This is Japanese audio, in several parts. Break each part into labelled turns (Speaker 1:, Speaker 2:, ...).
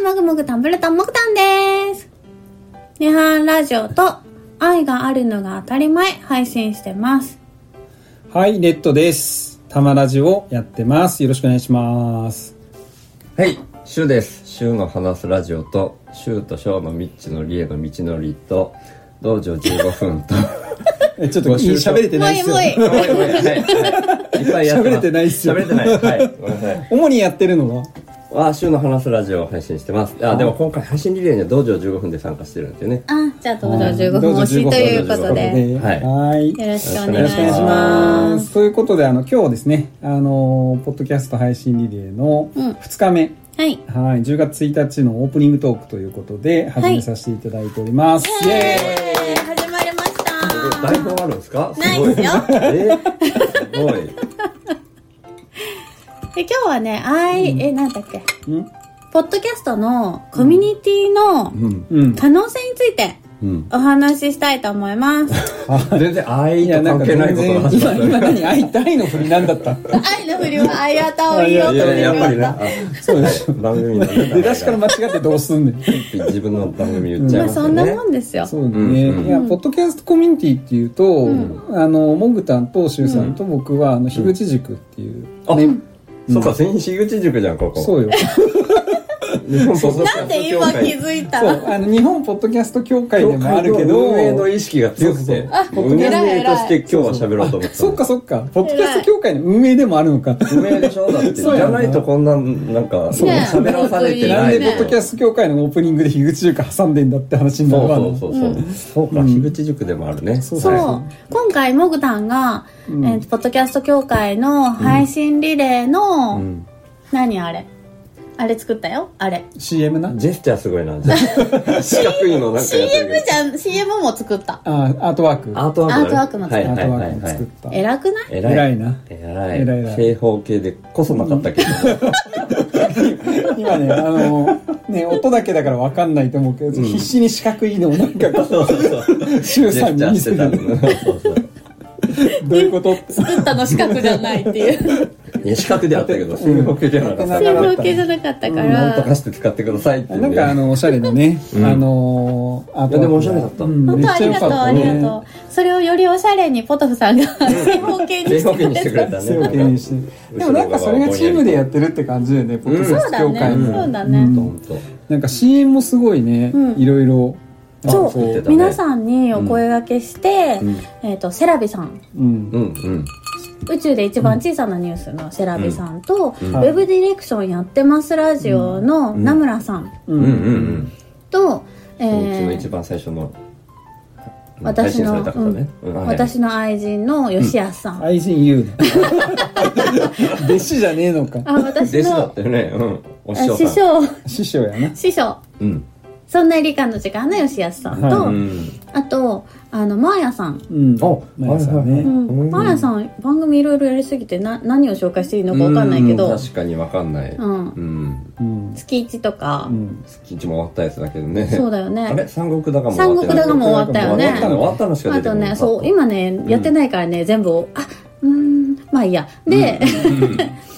Speaker 1: ん、もぐもぐタンブルタンもぐたんです。涅槃ラジオと愛があるのが当たり前配信してます。
Speaker 2: はい、レッドです。タマラジをやってます。よろしくお願いします。
Speaker 3: はい、シュウです。シュウの話すラジオと、シュウとショウのミッチのリエの道のりと、道場15分と、
Speaker 2: え、ちょっ
Speaker 3: ご
Speaker 2: といい
Speaker 3: 愁傷
Speaker 2: 喋れて
Speaker 1: も
Speaker 2: な
Speaker 1: う
Speaker 2: い
Speaker 1: い
Speaker 2: で
Speaker 1: い
Speaker 2: す
Speaker 1: もう。
Speaker 2: よ
Speaker 1: いい。
Speaker 3: はいはいいっぱいやってま
Speaker 2: 喋れ
Speaker 3: す
Speaker 2: てないっすよ
Speaker 3: 喋れてない。はい。ごめんなさい。
Speaker 2: 主にやってるのは
Speaker 3: あ、シュウの話すラジオを配信してます。あ、でも今回配信リレーには道場15分で参加してるんですよね。
Speaker 1: あ、じゃあどうぞ15
Speaker 2: ど
Speaker 1: 分
Speaker 2: うぞ
Speaker 1: 推しということで。
Speaker 2: 15分
Speaker 3: はい
Speaker 2: はい。
Speaker 1: よろしくお
Speaker 2: よ
Speaker 1: 願
Speaker 2: ろ
Speaker 1: い
Speaker 2: し
Speaker 1: し
Speaker 2: くお願いし
Speaker 1: ま。
Speaker 2: ますす。ということで、あの、今日はですね、あのー、ポッドキャスト配信リレーの
Speaker 1: うん
Speaker 2: 2日目、
Speaker 1: はい。
Speaker 2: はい、10月1日のオープニングトークということで、始めさせていただいております。
Speaker 1: イ
Speaker 2: イエ
Speaker 1: エ
Speaker 2: ーイ
Speaker 1: ーイ始まりました。
Speaker 3: 台本あるんですか
Speaker 1: ない
Speaker 3: ご
Speaker 1: ですよ
Speaker 3: えすごい。
Speaker 1: で今日はね、愛、え、なんだっけ。
Speaker 2: うん
Speaker 1: ポッドキャストのコミュニティの
Speaker 3: うん。
Speaker 2: うん。
Speaker 1: 可能性について
Speaker 3: うん。
Speaker 1: お話ししたいと思います。
Speaker 3: 全然愛
Speaker 2: いや、
Speaker 3: と
Speaker 2: なんか全
Speaker 3: 関係ないこと
Speaker 2: 然、
Speaker 3: が始ま
Speaker 2: 今、
Speaker 3: る。
Speaker 2: 今何会いたいの振りなんだ った
Speaker 1: 愛の振りは愛あたを言おう
Speaker 3: い
Speaker 1: と
Speaker 3: や
Speaker 1: 思
Speaker 3: いや、やっぱ
Speaker 1: っ
Speaker 3: り
Speaker 1: てま
Speaker 3: な
Speaker 1: し。
Speaker 3: あそうです。番組のね
Speaker 2: 出だしから間違ってどうすんねん。
Speaker 3: 自分の番組言っち
Speaker 1: た。ま
Speaker 3: ゃい
Speaker 1: あ
Speaker 3: ますよ
Speaker 1: そ
Speaker 3: ね
Speaker 1: ん。なもんですよ。
Speaker 2: そうだね、
Speaker 3: うんうん
Speaker 2: いやポッドキャストコミュニティっていうと、
Speaker 1: ん
Speaker 2: あのモグタンとシュウさんと僕は、あの樋口塾っていう、
Speaker 3: あ、
Speaker 2: ね
Speaker 3: そうか、先週口塾じゃん、ここ。
Speaker 2: そうよ
Speaker 3: 日本ポッドキャス
Speaker 1: な
Speaker 3: ト協会。
Speaker 1: んで今気づいた
Speaker 2: そ
Speaker 1: の
Speaker 2: うあの日本ポッドキャスト協会で
Speaker 3: 協
Speaker 2: もあ
Speaker 3: 会
Speaker 2: る
Speaker 3: の
Speaker 2: け
Speaker 3: 運営の
Speaker 2: ど
Speaker 3: 意識が強くて
Speaker 2: あ、
Speaker 3: 運営として今日は喋ろうと思ってた
Speaker 2: そっかそっかポッドキャスト協会の運営でもあるのか
Speaker 3: 運営でしょだって。じ
Speaker 2: そうや
Speaker 3: ゃ
Speaker 2: んな
Speaker 3: ないとこんな、なんか、
Speaker 2: そう
Speaker 3: 喋らされて
Speaker 2: なん
Speaker 3: ない。
Speaker 2: でポッドキャスト協会のオープニングで樋口塾挟んでんだって話になるわ
Speaker 3: そうそうそうそう。そうか、樋口塾でもあるね。
Speaker 2: そう
Speaker 1: そう
Speaker 3: は
Speaker 1: 今回モグタンが、
Speaker 2: うん
Speaker 1: えーポッドキャスト協会の配信リレー
Speaker 3: い
Speaker 1: の、
Speaker 3: うん
Speaker 1: 何あれあれ作ったよあれ
Speaker 2: CM な
Speaker 3: ジェスチャーすごいな。ジェスチャー 四角いのなんかやってる
Speaker 1: CM
Speaker 3: けど。
Speaker 1: じゃん CM も作った
Speaker 2: あアートワーク
Speaker 3: アートワー
Speaker 1: ア
Speaker 3: クだね。
Speaker 1: ートワークも作
Speaker 3: は
Speaker 1: っ
Speaker 3: い
Speaker 1: た
Speaker 2: アー
Speaker 3: は
Speaker 2: ト
Speaker 3: い
Speaker 2: ワ
Speaker 3: は
Speaker 2: ー
Speaker 3: い
Speaker 2: クも
Speaker 3: は
Speaker 2: 作っ
Speaker 3: い。
Speaker 2: た、
Speaker 1: 偉くない
Speaker 3: 偉い。
Speaker 2: 偉いな
Speaker 3: 偉
Speaker 2: 偉い偉い
Speaker 3: い。正方形でこそなかったけど。
Speaker 2: 今ねあのね音だけだから分かんないと思うけど、必死に四角いのをなんかこ
Speaker 3: そうそうそう。
Speaker 2: うシュウ
Speaker 3: ジェ
Speaker 2: さ
Speaker 3: ス
Speaker 2: ん
Speaker 3: チャ
Speaker 2: に
Speaker 3: ー
Speaker 2: 見
Speaker 3: し
Speaker 2: せ
Speaker 3: て
Speaker 2: る
Speaker 3: たの。そうそう。
Speaker 2: どういうこと
Speaker 1: 作ったの資格じゃないっていう
Speaker 3: いや、四角であったけど、正方形じゃなかった。
Speaker 1: 正方形じゃなかったか
Speaker 3: なんと
Speaker 1: ら
Speaker 3: かして使ってくださいって、ね。
Speaker 2: なんかあのおしゃれなね、あのー、あ
Speaker 3: いやでもおしゃれだった
Speaker 2: うん、
Speaker 1: 本
Speaker 2: めっ
Speaker 1: 当あ
Speaker 2: ちゃ
Speaker 1: り
Speaker 2: 良
Speaker 1: が
Speaker 2: か
Speaker 1: と
Speaker 2: っ
Speaker 1: う
Speaker 2: た
Speaker 1: ありがとうそれをよりおしゃれにポトフさんが正方形に
Speaker 3: 正
Speaker 1: し
Speaker 3: 方
Speaker 1: てく
Speaker 3: 形に
Speaker 1: れ
Speaker 3: してく
Speaker 1: た
Speaker 3: れたね。
Speaker 2: 正方形にしてでもなんかそれがチームでやってるって感じだよねポッドキャ
Speaker 1: そう
Speaker 2: スト
Speaker 1: だ
Speaker 2: 協会
Speaker 1: ねそう
Speaker 2: も
Speaker 1: だね
Speaker 3: ほんと
Speaker 2: なんか CM もすごいね、
Speaker 1: うん
Speaker 2: いろいろ
Speaker 1: そ
Speaker 2: なんかこ
Speaker 3: 作って
Speaker 1: う
Speaker 3: たね
Speaker 1: 皆さんにお声掛けして、
Speaker 3: うん
Speaker 1: えっとセラビさん
Speaker 2: うん
Speaker 3: うんうん。
Speaker 1: 宇宙で一番小さなニュースのセラビさんと、
Speaker 3: うん
Speaker 1: ウェブディレクションやってますラジオの名村さん
Speaker 2: う
Speaker 3: うんうんうん。
Speaker 1: と、え
Speaker 3: そのうちの
Speaker 1: ー
Speaker 3: 一番最初の、
Speaker 1: 私の
Speaker 3: 配信された方ね。うんはい
Speaker 1: 私の愛人の吉安さん、
Speaker 2: 愛人言うな 弟子じゃねえのか
Speaker 1: あ私
Speaker 3: 弟子だ
Speaker 1: の
Speaker 3: ったよね。うん。お師
Speaker 1: あ
Speaker 3: 匠
Speaker 1: 師
Speaker 3: さん。
Speaker 1: 匠
Speaker 2: 師匠やな
Speaker 1: 師匠
Speaker 3: うん。
Speaker 1: そんな理科の時間の吉安さんと、
Speaker 2: はい
Speaker 3: うん。
Speaker 1: あとあのマーヤさん
Speaker 2: うん
Speaker 3: あ
Speaker 2: マヤさん
Speaker 3: はいは
Speaker 2: ね
Speaker 3: いは
Speaker 1: う
Speaker 3: い
Speaker 1: ん、
Speaker 3: うん
Speaker 1: マーヤさん番組いろいろやりすぎてな何を紹介していいのかわかんないけ
Speaker 3: う
Speaker 1: ど
Speaker 3: ん確かにわかんない。
Speaker 1: うん
Speaker 3: うん。
Speaker 2: うん
Speaker 1: 月一とか、
Speaker 2: うん
Speaker 3: 月一も終わったやつだけどね。
Speaker 1: そうだよね
Speaker 3: あれ三国だかも終わってない。
Speaker 1: 三国だかも終わったよね
Speaker 3: 終わったのしか出
Speaker 1: あ
Speaker 3: て
Speaker 1: と
Speaker 3: こな
Speaker 1: ね、
Speaker 3: かった
Speaker 1: そう、今ね、やってないからね、全部を、あ、うーん、まあいいや。で、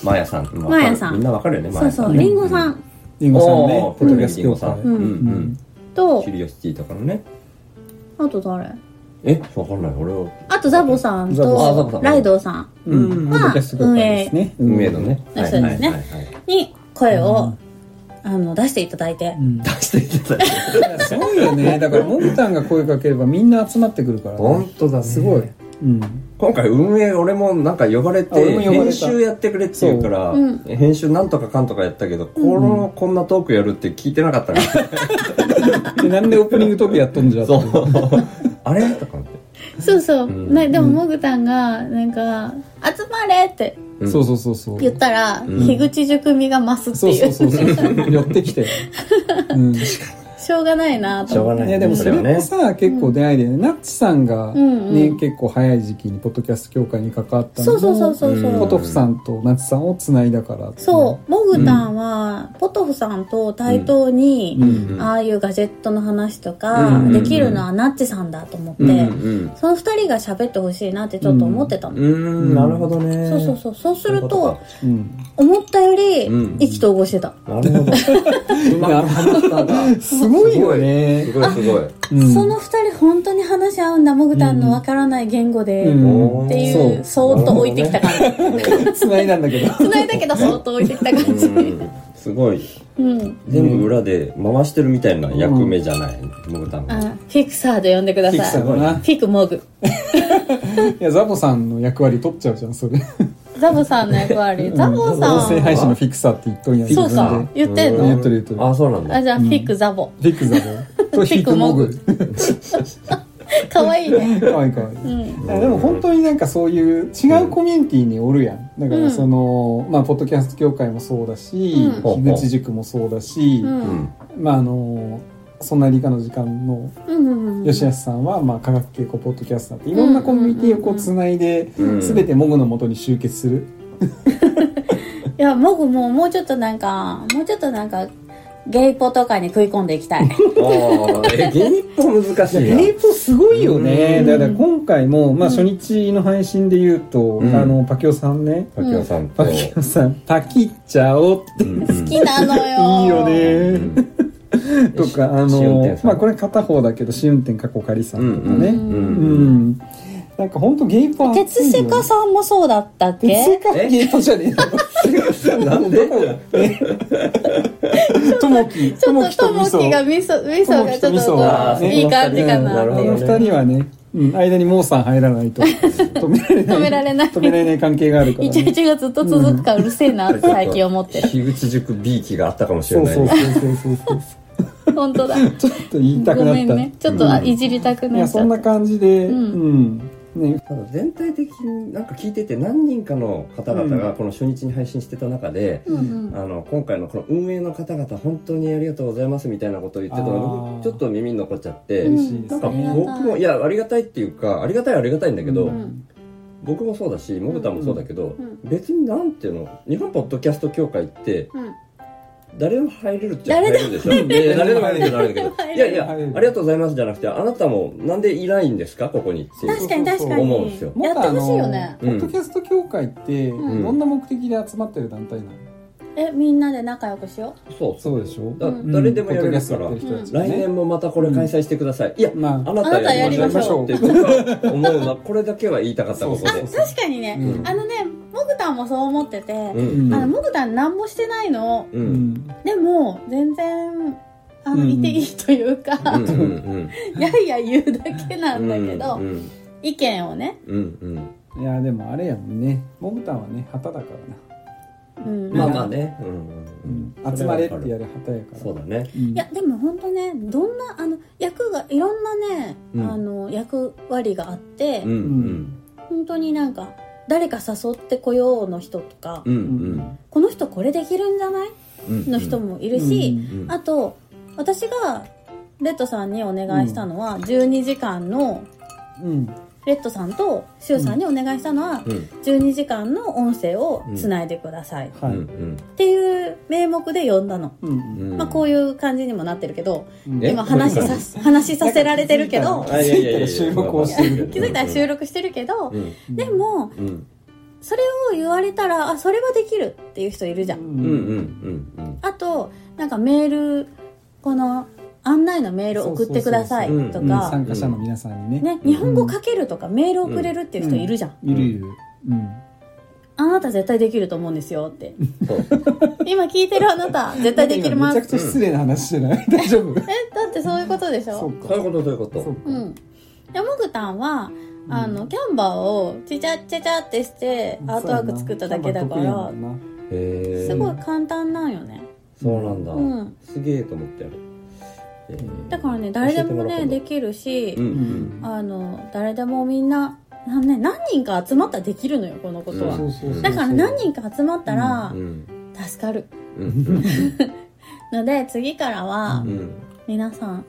Speaker 3: マーヤさん。うん
Speaker 1: マーヤさん
Speaker 3: みんなわかるよね、マー
Speaker 1: そう
Speaker 3: ヤさ
Speaker 1: そ
Speaker 3: ん
Speaker 1: う、
Speaker 3: ね。
Speaker 1: リンゴさん
Speaker 2: リンゴさんねポ
Speaker 3: ポッ
Speaker 2: ッド
Speaker 3: ドキ
Speaker 2: キ
Speaker 3: ャ
Speaker 2: ャ
Speaker 3: ス
Speaker 2: ス
Speaker 3: ト
Speaker 2: ト協
Speaker 3: 協会
Speaker 2: 会
Speaker 3: うんうん。
Speaker 1: と
Speaker 3: キ、ュリオシティとかのね。
Speaker 1: あと誰
Speaker 3: え、わかんない、俺は。
Speaker 1: あとザボさん
Speaker 2: ザボさんあ
Speaker 3: ザボさ
Speaker 1: と
Speaker 3: ん
Speaker 1: ライドウさん
Speaker 2: うん
Speaker 3: うん
Speaker 2: ポッドキャスト協会ですね
Speaker 3: 運営のね。
Speaker 1: そうですね
Speaker 3: はいはいはいはい
Speaker 1: に声を、あの、出していただいて
Speaker 2: う。ん
Speaker 3: 出していただいて。
Speaker 2: すごいよねだからモグタンが声かければみんな集まってくるから、ね、
Speaker 3: 本当だ、
Speaker 2: すごい、。うん、
Speaker 3: 今回運営、俺もなんか呼ばれ
Speaker 2: あ俺
Speaker 3: て、
Speaker 2: も呼ばれた
Speaker 3: 編集やってくれって言うから、
Speaker 1: そううん
Speaker 3: 編集なんとかかんとかやったけど、この、こんなトークやるって聞いてなかったから。
Speaker 2: でなんでオープニングトークやっとんじゃ
Speaker 3: そ
Speaker 2: と
Speaker 3: う。あれとかって。
Speaker 1: そうそう。
Speaker 3: ん
Speaker 1: なでも、モグタンが、なんか、集まれって
Speaker 3: うん
Speaker 2: そうそうそうそう
Speaker 1: 言ったら、樋口塾味が増す
Speaker 2: そ
Speaker 1: っ
Speaker 2: う
Speaker 1: てい
Speaker 2: そう
Speaker 1: う。
Speaker 2: そうそう寄ってきて、うん、い
Speaker 1: しょうがないな
Speaker 3: しょ
Speaker 1: と
Speaker 3: う
Speaker 1: 思っ
Speaker 3: が
Speaker 1: て。
Speaker 3: ない。
Speaker 2: やでもそれ
Speaker 3: は
Speaker 2: もさ、結構出会いでねナッチさんがね、
Speaker 1: うんうん
Speaker 2: 結構早い時期にポッドキャスト協会に関わったの
Speaker 1: そうそうそうそう
Speaker 3: うん
Speaker 2: ポ
Speaker 1: そ
Speaker 2: ト
Speaker 1: う。
Speaker 2: フさんとナッチさんをつないだからってい
Speaker 1: そう、モグタンは、ポトフさんと対等に、
Speaker 2: うん
Speaker 1: ああいうガジェットの話とか、
Speaker 3: うん
Speaker 1: できるのはナッチさんだと思って、
Speaker 3: うんうん
Speaker 1: その二人が喋ってほしいなってちょっと思ってたの、
Speaker 3: うん。うん、なるほどね。
Speaker 1: そうそうそうそうする
Speaker 3: そういうこととか
Speaker 2: うん
Speaker 1: 思ったより
Speaker 3: うん
Speaker 1: 意気投合してた、
Speaker 3: なるほど。うまくハマった な
Speaker 2: すごいよね
Speaker 3: すごいすごい
Speaker 2: うん
Speaker 1: その二人本当に話し合うんだモグタンのわからない言語で、
Speaker 2: うん
Speaker 3: おー
Speaker 1: っていうそーっと置いてきた感じ
Speaker 2: つないだんだ けど
Speaker 1: つないだけどそーっと置いてきた感じ
Speaker 3: うんすごい
Speaker 1: うん
Speaker 3: 全部裏で回してるみたいな役目じゃないモグタン
Speaker 1: あフィクサーで呼んでください
Speaker 2: フィクサーだな
Speaker 1: フィクモグ
Speaker 2: いやザボさんの役割取っちゃうじゃんそれ
Speaker 1: ザボさんの役割ザボさ
Speaker 2: 音声
Speaker 1: ん
Speaker 2: 配信のフィクサーって言っとんや
Speaker 1: そう
Speaker 2: 自
Speaker 1: か
Speaker 2: 分で
Speaker 1: 言ってん
Speaker 2: うん
Speaker 1: の
Speaker 2: やってるやってる
Speaker 3: あそうなんだ
Speaker 1: あじゃあフィクザボ
Speaker 2: フィクザボとフィクモグ
Speaker 1: 可愛いね
Speaker 2: かわいいかわいい、
Speaker 1: うん
Speaker 2: いやでも本当になんかそういう違うコミュニティにおるやんだか
Speaker 1: うん
Speaker 2: らその、まあ、ポッドキャスト協会もそうだし
Speaker 1: うん
Speaker 2: 樋、口塾もそうだし、
Speaker 1: う
Speaker 3: うんん
Speaker 2: まああのそんな理科の時間の
Speaker 1: うんうんうん
Speaker 2: 吉安さんは、まあ、科学系こうポッドキャスターっていろんなコミュニティをこうつないで、
Speaker 3: うん
Speaker 2: 全てモグのもとに集結する、
Speaker 1: いやモグももうちょっとなんかもうちょっとなんかゲイポとかに食い込んでいきたい
Speaker 3: ああえゲイポ難しいな
Speaker 2: えーとすごいよね、
Speaker 1: うん
Speaker 2: だから今回も、まあ、
Speaker 1: うん
Speaker 2: 初日の配信で言うと、
Speaker 3: ん
Speaker 2: あのパキオさんね
Speaker 3: パキオさんと
Speaker 2: パキオさん「パキっちゃお」って
Speaker 3: うん
Speaker 1: 好きなのよ
Speaker 2: いいよね
Speaker 3: うん
Speaker 2: とかあ
Speaker 3: 試運
Speaker 2: の
Speaker 3: 転、さん
Speaker 2: まあ、これ片方だけど試運転過去仮さんとかね、
Speaker 1: う
Speaker 2: うんん
Speaker 3: うん
Speaker 2: なんか本当ゲイパー
Speaker 1: 鉄セカさんもそうだったっ
Speaker 2: 鉄セ
Speaker 1: け
Speaker 2: カ
Speaker 3: え
Speaker 2: ゲイパーじゃねえなんでとも
Speaker 1: ち
Speaker 2: きと
Speaker 1: ょ
Speaker 2: も
Speaker 1: っ
Speaker 2: き
Speaker 1: と
Speaker 2: と
Speaker 1: と
Speaker 2: み
Speaker 1: も
Speaker 2: そ
Speaker 1: きが味噌味噌がちょっ
Speaker 2: ともきと味噌が
Speaker 1: と
Speaker 2: ね
Speaker 1: いい感じかな
Speaker 3: なる
Speaker 2: こ
Speaker 3: ほ
Speaker 2: の
Speaker 3: どね
Speaker 2: 二人はね、うん、間にモーさん入 らないと止められない
Speaker 1: 止められない
Speaker 2: 止められない関係があるから、
Speaker 1: イ
Speaker 2: ね、
Speaker 1: チャイチャがずっと続くからうるせえなって最近思 ってる
Speaker 3: 樋口塾 B 期があったかもし
Speaker 2: そ
Speaker 3: れ
Speaker 2: う
Speaker 3: ない
Speaker 2: そうそうそうそうそう
Speaker 1: 本当だ
Speaker 2: ちょっと言いたく
Speaker 1: ご
Speaker 2: なった
Speaker 1: めんねちょっとあいじりたく
Speaker 2: い
Speaker 1: な
Speaker 2: や
Speaker 1: っち
Speaker 2: そ
Speaker 1: ゃ
Speaker 2: ん
Speaker 1: っ
Speaker 2: な感じで
Speaker 1: う
Speaker 2: うん、ね
Speaker 3: ただ全体的になんか聞いてて何人かの方々がこの初日に配信してた中で、
Speaker 1: たうんうん
Speaker 3: あの今回のこの運営の方々本当にありがとうございますみたいなことを言ってた
Speaker 2: あ
Speaker 3: の
Speaker 2: ー
Speaker 3: 僕ちょっと耳に残っちゃって、
Speaker 1: うん
Speaker 2: 嬉しいです
Speaker 3: なんか
Speaker 1: ありが
Speaker 2: ね、
Speaker 1: とう
Speaker 3: 僕もいやありがたいっていうかありがたいはありがたいんだけど、
Speaker 2: う
Speaker 1: うん
Speaker 3: 僕もそうだしもぐたもそうだけど、
Speaker 1: うん
Speaker 3: 別になんていうの日本ポッドキャスト協会って
Speaker 1: うん
Speaker 3: 誰でも入れるっちゃ入れるでしょいやいや誰でも入れる誰でも入れるけどいやいやありがとうございますじゃなくてあなたもなんでいないんですかここにっていう
Speaker 1: 確かに確か
Speaker 3: 思うんですよ
Speaker 1: にやってほしいよね
Speaker 2: ポッドキャスト協会って、
Speaker 1: うん
Speaker 2: どんな目的で集まってる団体なの、
Speaker 1: えみんなで仲良くしよ
Speaker 3: そう
Speaker 2: そうでしょ
Speaker 3: だ
Speaker 1: うん
Speaker 3: 誰でもやれるから、
Speaker 2: ポッドキャストやってる人た
Speaker 3: 来
Speaker 2: ちね
Speaker 3: 年もまたこれ開催してください、いや
Speaker 2: ま
Speaker 3: あ
Speaker 2: あ
Speaker 3: なたやりましょうって僕は思うなこれだけは言いたかったここ
Speaker 2: そう
Speaker 3: で
Speaker 1: う確かにね
Speaker 2: うん
Speaker 1: あのねもぐたんもそう思ってて
Speaker 3: う
Speaker 1: あ
Speaker 3: ん
Speaker 1: のもぐたん何もしてないの
Speaker 3: う
Speaker 2: うんん
Speaker 1: でも全然あ
Speaker 2: う
Speaker 1: の
Speaker 2: ん
Speaker 1: いていいという
Speaker 3: う
Speaker 1: か
Speaker 3: んうん
Speaker 1: やいや言うだけな
Speaker 3: うんん
Speaker 1: だけど
Speaker 3: うん
Speaker 1: 意見をね
Speaker 3: うんうん
Speaker 2: いやでもあれやもんねモブタンはね旗だからな、
Speaker 1: うん
Speaker 3: まあまあねうんうんうん
Speaker 2: 集まれってやる旗やから
Speaker 3: そうだね
Speaker 2: うん
Speaker 1: いやでも本当ねどんなあの役がいろんなね、
Speaker 3: うん
Speaker 1: あの役割があって、
Speaker 3: うんうん
Speaker 1: 本当になんか誰か誘ってこようの人とか、
Speaker 3: うんうん
Speaker 1: この人これできるんじゃない
Speaker 3: うん
Speaker 1: の人もいる
Speaker 2: う
Speaker 1: し、
Speaker 2: ん
Speaker 3: うん
Speaker 1: あと私がレッドさんにお願いしたのは、12時間の
Speaker 2: うん
Speaker 1: レッドさんとシュウさんにお願いしたのは、
Speaker 3: うん
Speaker 1: 12時間の音声をつないでください、っ
Speaker 3: う
Speaker 2: はい、うん
Speaker 3: ん
Speaker 1: ていう名目で呼んだの、
Speaker 2: うん
Speaker 3: うん
Speaker 1: まあ、こういう感じにもなってるけど
Speaker 2: うん
Speaker 3: え
Speaker 1: 今話さ 話させられてるけど
Speaker 2: なんか
Speaker 3: あいやいやいや
Speaker 2: 気づいたら収録をしてる
Speaker 1: 気づいたら収録してるけど、
Speaker 3: うん
Speaker 1: でも
Speaker 3: うん
Speaker 1: それを言われたらあそれはできるっていう人いるじゃん、
Speaker 2: う
Speaker 3: うんうんんうん
Speaker 1: あとなんかメールこの案内のメール送ってください
Speaker 3: そうそう
Speaker 1: と
Speaker 3: そう
Speaker 2: うん
Speaker 1: か
Speaker 2: 参加者の皆さんにね
Speaker 1: ね日本語書けるとかメール送れるっていう人いるじゃん、
Speaker 2: いるいるうん
Speaker 1: あなた絶対できると思うんですよって
Speaker 3: うんそう
Speaker 1: 今聞いてるあなた絶対できま
Speaker 2: 今
Speaker 1: す
Speaker 2: めちゃくちゃ失礼な話じゃない大丈夫
Speaker 1: えだってそういうことでし
Speaker 2: そ
Speaker 1: ょ
Speaker 2: う
Speaker 3: そう
Speaker 2: か
Speaker 3: いうことそういうこ
Speaker 2: そう
Speaker 3: と
Speaker 2: か
Speaker 1: うん山口たんは
Speaker 2: うん
Speaker 1: あのキャンバーをちゃちゃちゃってしてアートワーク作っただけだか
Speaker 2: そうやな
Speaker 1: ら
Speaker 2: 得意なんだな
Speaker 3: へ
Speaker 1: す
Speaker 3: え
Speaker 1: ごい簡単なんよね
Speaker 3: そうなんだ
Speaker 1: うん
Speaker 3: すげえと思ってやるえー
Speaker 1: だからね誰でも
Speaker 3: 教
Speaker 1: ね
Speaker 3: えてらお
Speaker 1: で
Speaker 3: うか
Speaker 1: きるし、
Speaker 3: なうんうん
Speaker 1: あの誰でもみんななん、ね、何人か集まったらできるのよこのことは、
Speaker 2: そうそうそう
Speaker 1: だから何人か集まったら
Speaker 3: うん
Speaker 1: 助かる
Speaker 3: うん
Speaker 1: ので次からは
Speaker 3: うん
Speaker 1: 皆さん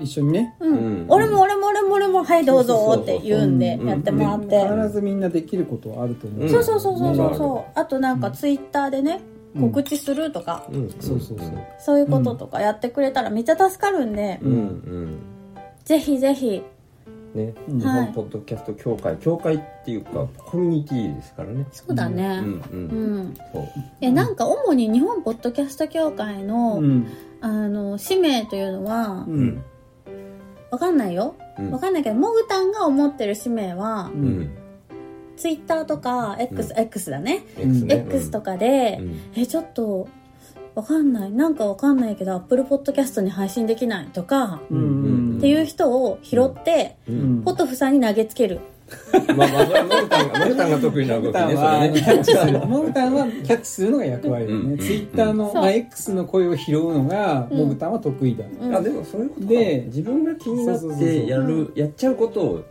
Speaker 2: 一緒にね
Speaker 1: うん、
Speaker 3: うん
Speaker 1: 俺も俺も俺も俺もはいどうぞって言うんで
Speaker 3: そうそうそうそ
Speaker 1: や
Speaker 3: う
Speaker 1: ってもらって、
Speaker 3: うん
Speaker 2: 必ずみんなできることはあると思う、
Speaker 3: うん
Speaker 1: そうそうそうそうそう
Speaker 3: う
Speaker 1: そうあとなんかツイッターでね
Speaker 2: うん
Speaker 1: 告知するとか、
Speaker 3: うん
Speaker 2: そうそうそう
Speaker 1: そういうこととかやってくれたらめっちゃ助かるんで、
Speaker 3: うんうん
Speaker 1: ぜひぜひ
Speaker 3: ね、
Speaker 2: うん
Speaker 3: 日
Speaker 1: はい
Speaker 3: 本ポッドキャスト協会協会っていうかコミュニティですからね
Speaker 1: そうだ
Speaker 3: う
Speaker 1: ね。
Speaker 3: んう
Speaker 1: うんん。
Speaker 3: そう
Speaker 1: え、なんか主に日本ポッドキャスト協会の、
Speaker 2: うん
Speaker 1: あの、使命というのは
Speaker 2: う、
Speaker 3: うんん
Speaker 1: わかんないよ。
Speaker 3: うん
Speaker 1: わかんないけど、モグタンが思ってる使命は、
Speaker 2: う
Speaker 3: うんん
Speaker 1: ツイッターとか、X、X だね。
Speaker 2: ん
Speaker 1: X とかで、え、ちょっと、わかんない。なんかわかんないけど、Apple Podcast に配信できないとか、
Speaker 2: うんうん
Speaker 1: っていう人を拾って、
Speaker 3: う
Speaker 2: うんん
Speaker 1: ポトフさんに投げつける。
Speaker 3: まあまあそれはマルタンがマルタンが得意な
Speaker 2: モ
Speaker 3: 動
Speaker 2: グ
Speaker 3: き
Speaker 2: タン
Speaker 3: ねそ
Speaker 2: はあ
Speaker 3: れ
Speaker 2: のキ
Speaker 3: ね
Speaker 2: ャッチするモグタンはキャッチするのが役割だよ
Speaker 3: うんうん
Speaker 2: ねツイッターの
Speaker 1: そう
Speaker 2: まあ X の声を拾うのがモグタンは得意だ
Speaker 1: うん
Speaker 3: あでもそういうことか
Speaker 2: で
Speaker 3: 自分が気になっ
Speaker 2: そうそうそうそう
Speaker 3: てやるやっちゃうことを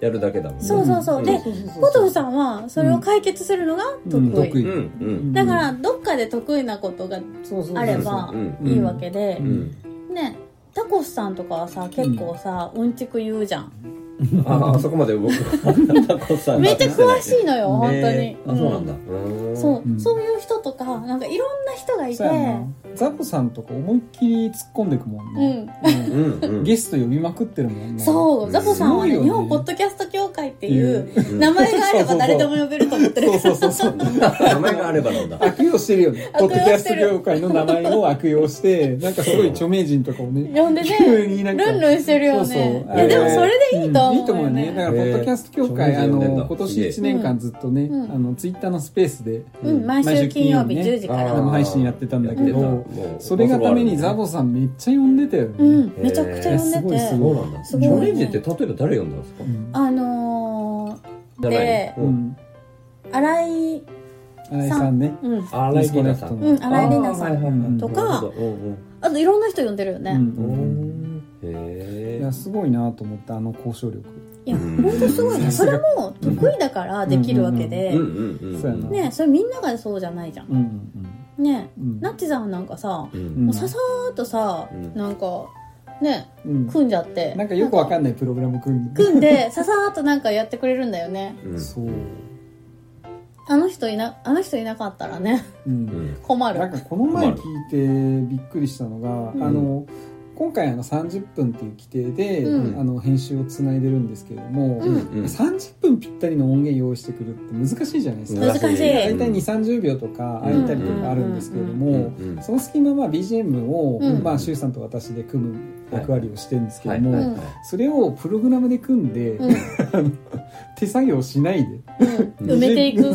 Speaker 3: やるだけだもんね
Speaker 1: そうそうそう。
Speaker 3: うん
Speaker 1: で、
Speaker 2: そうそうそうそう
Speaker 1: ポトフさんはそれを解決するのが
Speaker 2: うん
Speaker 1: 得
Speaker 2: 得
Speaker 1: 意。
Speaker 2: 意
Speaker 3: うんうん
Speaker 1: だから、どっかで得意なことがい
Speaker 2: そうそうそうそう
Speaker 1: あれば
Speaker 3: うん
Speaker 2: うん
Speaker 1: いわけで
Speaker 3: う、ん
Speaker 1: ね、タコスさんとかはさ、結構さ、うんちく言うじゃん。
Speaker 3: ああそこまで僕はタコさん
Speaker 1: めっちゃ詳しいのよ、本当に
Speaker 3: ね。あそうなんだ
Speaker 1: ん
Speaker 3: うーん
Speaker 1: そうう、
Speaker 2: ん
Speaker 1: そういう人とか、なんかいろんな人がいて
Speaker 2: そう、やなザボさんとか思いっきり突っ込んでくもんね、う
Speaker 3: うんうん
Speaker 2: んゲスト呼びまくってるもんね
Speaker 1: そう、ザコさんは
Speaker 2: す
Speaker 1: ね、
Speaker 2: ごい
Speaker 1: 日
Speaker 2: よね
Speaker 1: 本ポッドキャスト協会って
Speaker 2: て
Speaker 1: いう
Speaker 3: うん
Speaker 1: 名前があれば誰でも呼べると思ってる
Speaker 2: そう。そうそうそう
Speaker 3: 名前があればなんだ
Speaker 2: 悪用してるよね
Speaker 1: 悪
Speaker 2: ポ
Speaker 1: 用
Speaker 2: ッドキャスト業界の名前を悪用してなんかすごい著名人とかをね
Speaker 1: 呼んで
Speaker 2: 急に
Speaker 1: ね、
Speaker 2: なんか
Speaker 1: ルンルンしてるよ
Speaker 2: そうそう
Speaker 1: ね。いや、でもそれでいいと思う。
Speaker 2: いいと思うよねだから
Speaker 3: へ
Speaker 2: ポ
Speaker 3: ー
Speaker 2: ッドキャスト協会
Speaker 3: 著
Speaker 2: あ
Speaker 3: 名人呼んでんだ
Speaker 2: の今年1年間ずっとね、
Speaker 1: うん
Speaker 2: あのツイッターのスペースで
Speaker 1: うん、毎週金曜日10時か
Speaker 2: あ
Speaker 1: ら。
Speaker 2: の配信やってたんだけど
Speaker 3: やってたもう
Speaker 2: それがためにザボさんめっちゃ呼んでたよね、
Speaker 1: うん、めちゃくちゃ呼ん
Speaker 2: え
Speaker 1: で
Speaker 2: ーすごい
Speaker 1: て
Speaker 2: す。
Speaker 3: そうなんだ
Speaker 1: す
Speaker 3: 著
Speaker 1: ごいね
Speaker 3: 名人って例えば誰呼んだんですか
Speaker 2: うん
Speaker 1: あのー、
Speaker 3: じゃない
Speaker 1: で、
Speaker 2: う、ん、
Speaker 1: 新井、
Speaker 2: 新井さんね
Speaker 1: うん、
Speaker 3: 新井里奈さん
Speaker 1: うん、新井里奈
Speaker 3: あーはいはい
Speaker 1: さ
Speaker 3: は
Speaker 1: ん。
Speaker 3: い
Speaker 1: とか
Speaker 3: なるほどうん
Speaker 1: あといろんな人呼んでるよね。
Speaker 2: うんうん
Speaker 3: うんへ
Speaker 2: い
Speaker 3: え
Speaker 2: やすごいなと思ったあの交渉力
Speaker 1: いや、本当すごいね。それも得意だからできるわけで
Speaker 3: う。んうんうん
Speaker 2: そうやな
Speaker 1: ねそれみんながそうじゃないじゃん。
Speaker 2: うん
Speaker 1: ね
Speaker 2: うんうん
Speaker 1: ナッチさんなんかさ、
Speaker 3: う
Speaker 2: うん
Speaker 1: もうささーっとさ
Speaker 3: う、ん
Speaker 1: なんか、ね、
Speaker 2: うん
Speaker 1: 組んじゃって。
Speaker 2: なんかよくわかんないプログラム組んで
Speaker 1: 組んで、ささーっとなんかやってくれるんだよね。
Speaker 3: うん
Speaker 2: そう、
Speaker 1: あの人いな、あの人いなかったらね、
Speaker 2: うん
Speaker 3: うん
Speaker 1: 困
Speaker 2: なん
Speaker 1: る。
Speaker 2: かこの前聞いてびっくりしたのが、
Speaker 1: うん
Speaker 2: あの今回あの30分っていう規定で、
Speaker 1: うん
Speaker 2: あの編集をつないでるんですけれども、
Speaker 1: うん
Speaker 3: うん
Speaker 2: 30分ぴったりの音源用意してくるって難しいじゃないですか、
Speaker 1: 難しい
Speaker 2: 大体2 3 0秒とか空いたりとかあるんですけれども、
Speaker 3: うんうん
Speaker 2: その隙間は BGM を、
Speaker 1: うん
Speaker 2: まあ、周さんと私で組む役割をしてるんですけれども、
Speaker 1: はいはい
Speaker 2: それをプログラムで組んで、
Speaker 1: うん、
Speaker 2: 手作業しないで
Speaker 1: うん、埋めていく。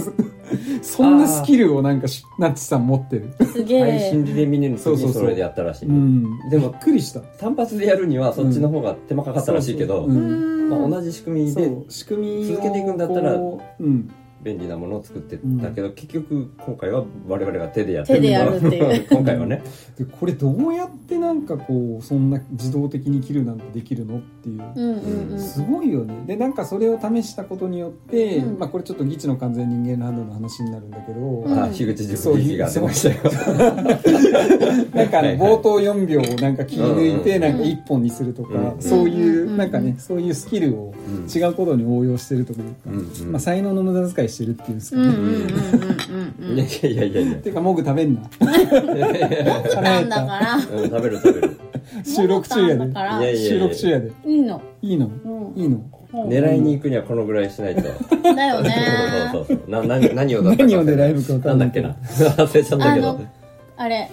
Speaker 2: そんなスキルをなんかしナッチさん持ってる、
Speaker 1: すげ
Speaker 3: 配
Speaker 1: え。
Speaker 3: 信で見れる
Speaker 2: そう
Speaker 3: 時
Speaker 2: そう
Speaker 3: に
Speaker 2: そう
Speaker 3: それでやったらしい
Speaker 2: うん、び
Speaker 3: で
Speaker 2: っ
Speaker 3: も
Speaker 2: くりした
Speaker 3: 単発でやるにはそっちの方が手間かかったらしいけ
Speaker 2: そうそう
Speaker 3: ど
Speaker 1: う
Speaker 3: まあ
Speaker 1: ん。
Speaker 3: 同じ仕組み
Speaker 2: そ
Speaker 3: で
Speaker 2: う仕組みを
Speaker 3: 続けていくんだったら
Speaker 2: こううん、
Speaker 3: 便利なものを作ってったけど結局今回は我々が手でやって
Speaker 1: 手でやるっていう
Speaker 3: 今回はね
Speaker 2: でこれどうやってなんかこうそんな自動的に切るなんてできるのっていう
Speaker 1: う、んうんうん。
Speaker 2: すごいよねでなんかそれを試したことによって、
Speaker 1: うん
Speaker 2: まあこれちょっと「義知の完全人間ランド」の話になるんだけど、
Speaker 1: ん
Speaker 3: あ樋口塾劇が出ましたよ
Speaker 2: なんかあの
Speaker 3: はいはい
Speaker 2: 冒頭4秒をなんか切り抜いて
Speaker 3: うん
Speaker 2: なんか1本にするとか、
Speaker 3: うん
Speaker 2: そういう、
Speaker 1: うん
Speaker 2: なんかねそういうスキルを違うことに応用してるとか、
Speaker 3: うん
Speaker 2: まあ、才能の無駄遣いしてるっていうんですか
Speaker 1: うん
Speaker 2: ね、
Speaker 1: うん
Speaker 2: っ
Speaker 1: うんうんうん
Speaker 3: いやいやいやいやいや
Speaker 2: ていうかモグ食べんな
Speaker 1: モグタンだから。
Speaker 3: うん食べる食べる
Speaker 2: 収録中や
Speaker 1: モ
Speaker 2: で
Speaker 1: グタンだから。
Speaker 3: いや
Speaker 1: い
Speaker 3: い
Speaker 2: 収録中やで
Speaker 1: いの。
Speaker 2: いいの
Speaker 1: うん。
Speaker 2: いいの
Speaker 3: 狙いに行くにはこのぐらいしないと
Speaker 1: だよね。
Speaker 3: そうそうそうな何何をだったか
Speaker 2: 何を狙い向くか分か
Speaker 3: なんん
Speaker 2: な
Speaker 3: だ
Speaker 2: い
Speaker 3: っけな忘れちゃったけど
Speaker 1: あれ、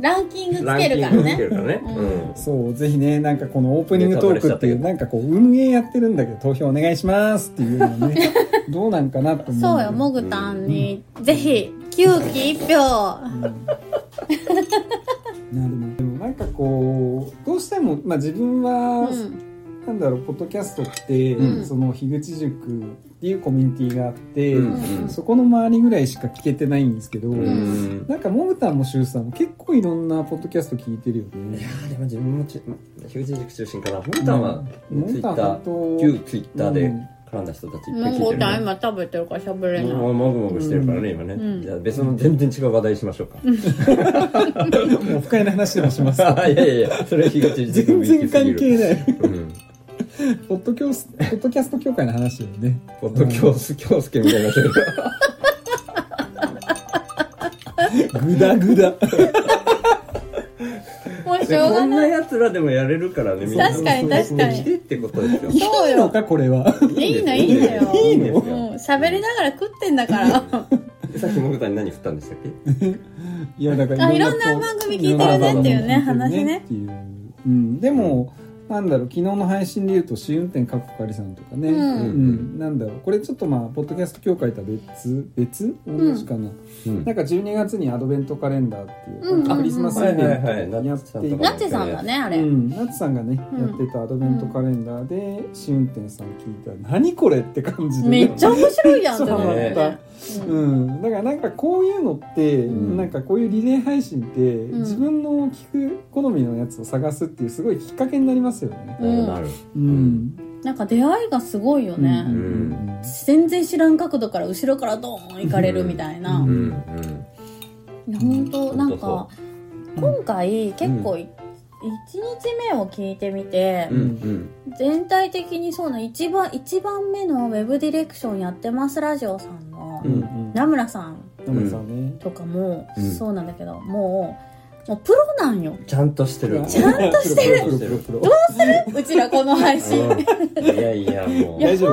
Speaker 1: ランキングつ
Speaker 3: ラン
Speaker 1: け
Speaker 3: キ
Speaker 1: る
Speaker 3: ン
Speaker 1: か
Speaker 3: グ
Speaker 1: らね。
Speaker 3: つけるからね
Speaker 1: うん
Speaker 3: うん
Speaker 2: そうぜひねなんかこのオープニングトークっていう
Speaker 3: ネ
Speaker 2: なんかこう運営やってるんだけど投票お願いしますっていうのは ねどうなんかなと思う
Speaker 1: そうよ、モ
Speaker 2: も
Speaker 1: グタンに、ぜひ、9期1票。
Speaker 2: なるほどでもなんかこうどうしても、まあ、自分は、
Speaker 1: うん。
Speaker 2: なんだろうポッドキャストって、
Speaker 1: うん
Speaker 2: その樋口塾っていうコミュニティがあって、
Speaker 3: うん
Speaker 2: そこの周りぐらいしか聞けてないんですけど、
Speaker 3: うん
Speaker 2: なんかモグタンもシュウさんも結構いろんなポッドキャスト聞いてるよ
Speaker 3: い
Speaker 2: ね
Speaker 3: や。ーでも自分もち樋口塾中心かなモンタンは
Speaker 2: うん
Speaker 3: ツイッ
Speaker 2: モン
Speaker 3: タ
Speaker 2: タン本当
Speaker 3: ー旧ツイッターで絡んだ人たちいっぱい聞
Speaker 1: モ
Speaker 3: いて
Speaker 1: グ
Speaker 3: る
Speaker 1: タン
Speaker 3: ね
Speaker 1: 今食べてるから喋れな
Speaker 3: も
Speaker 1: い。
Speaker 3: うもぐもぐしてるからね、今
Speaker 1: うん
Speaker 3: ね。じゃあ別の全然違う話題しましょうか。
Speaker 2: もう不快な話でもします。
Speaker 3: あいやいやいや、それは樋口塾
Speaker 2: 全
Speaker 3: も
Speaker 2: 然
Speaker 3: 行き過
Speaker 2: 関
Speaker 3: ぎる。
Speaker 2: 係ない。
Speaker 3: うん。
Speaker 2: ポッドキャスポッドキャスト協会の話だよね。
Speaker 3: ポッド京介、京介みたいな人が。
Speaker 2: グダグダ。
Speaker 1: 面しょう
Speaker 3: こ
Speaker 1: が
Speaker 3: んな
Speaker 1: ない。
Speaker 3: やつらでもやれるからねみんな
Speaker 1: 確かに確かに
Speaker 3: 来てってことですよ
Speaker 2: いいのか、これは。
Speaker 1: いいの
Speaker 3: いいんですよ
Speaker 1: い
Speaker 3: い
Speaker 1: い
Speaker 3: いん
Speaker 1: の
Speaker 3: で
Speaker 1: も
Speaker 3: すよ
Speaker 1: う喋りながら食ってんだから。
Speaker 3: さっきもぐたに何振ったんでしたっけ
Speaker 2: いや、だか
Speaker 1: あ
Speaker 2: ら
Speaker 1: いろんな番組聞いてるねっていうね話ね
Speaker 2: っていう。うん、でも、なんだろう、昨日の配信で言うと、試運転かっこかりさんとかね。
Speaker 1: う
Speaker 2: うんん、なんだろう、これちょっとまあ、ポッドキャスト協会とは別、別同じかな。
Speaker 3: うん
Speaker 2: なんか12月にアドベントカレンダーっていう、
Speaker 1: うんうんうん
Speaker 2: クリスマスイベント
Speaker 3: はいはいはい
Speaker 2: やっていて、
Speaker 1: ナッチさんだね、あれ。
Speaker 2: うん、ナツさんがね、
Speaker 1: うん
Speaker 2: やってたアドベントカレンダーで試運転さん聞いたら「何これ!」って感じでね、
Speaker 1: めっちゃ面白いやんって思うよ
Speaker 3: そ
Speaker 2: だ
Speaker 3: う
Speaker 1: ね
Speaker 2: ね。うん、だからなんかこういうのって、
Speaker 3: ん
Speaker 2: なんかこういうリレー配信って、
Speaker 1: ん
Speaker 2: 自分の聞く好みのやつを探すっていうすごいきっかけになりますよね。
Speaker 1: うん
Speaker 3: なるなる
Speaker 2: うん、
Speaker 1: なんか出会いがすごいよ
Speaker 2: うん
Speaker 1: ね。
Speaker 2: うん
Speaker 1: 全然知らん角度から後ろからドーン行かれるみたいな、
Speaker 3: う
Speaker 1: 本
Speaker 3: んうん
Speaker 1: 当ほんとなんか
Speaker 3: ほ
Speaker 1: 今回結構い、一日目を聞いてみて
Speaker 3: う、ん
Speaker 1: 全体的にそうな一番一番目のウェブディレクションやってますラジオさんの
Speaker 2: うんうん
Speaker 1: 名村さん
Speaker 2: 野村さんね、
Speaker 1: とかも
Speaker 3: うん
Speaker 1: そうなんだけど、もうもうプロなんよ
Speaker 3: うんちゃんとしてる
Speaker 1: ちゃんとしてる
Speaker 2: プロプロプロプロ
Speaker 1: うちらこの配信ほんと
Speaker 3: うんいやいやもう
Speaker 1: いや
Speaker 3: 大丈夫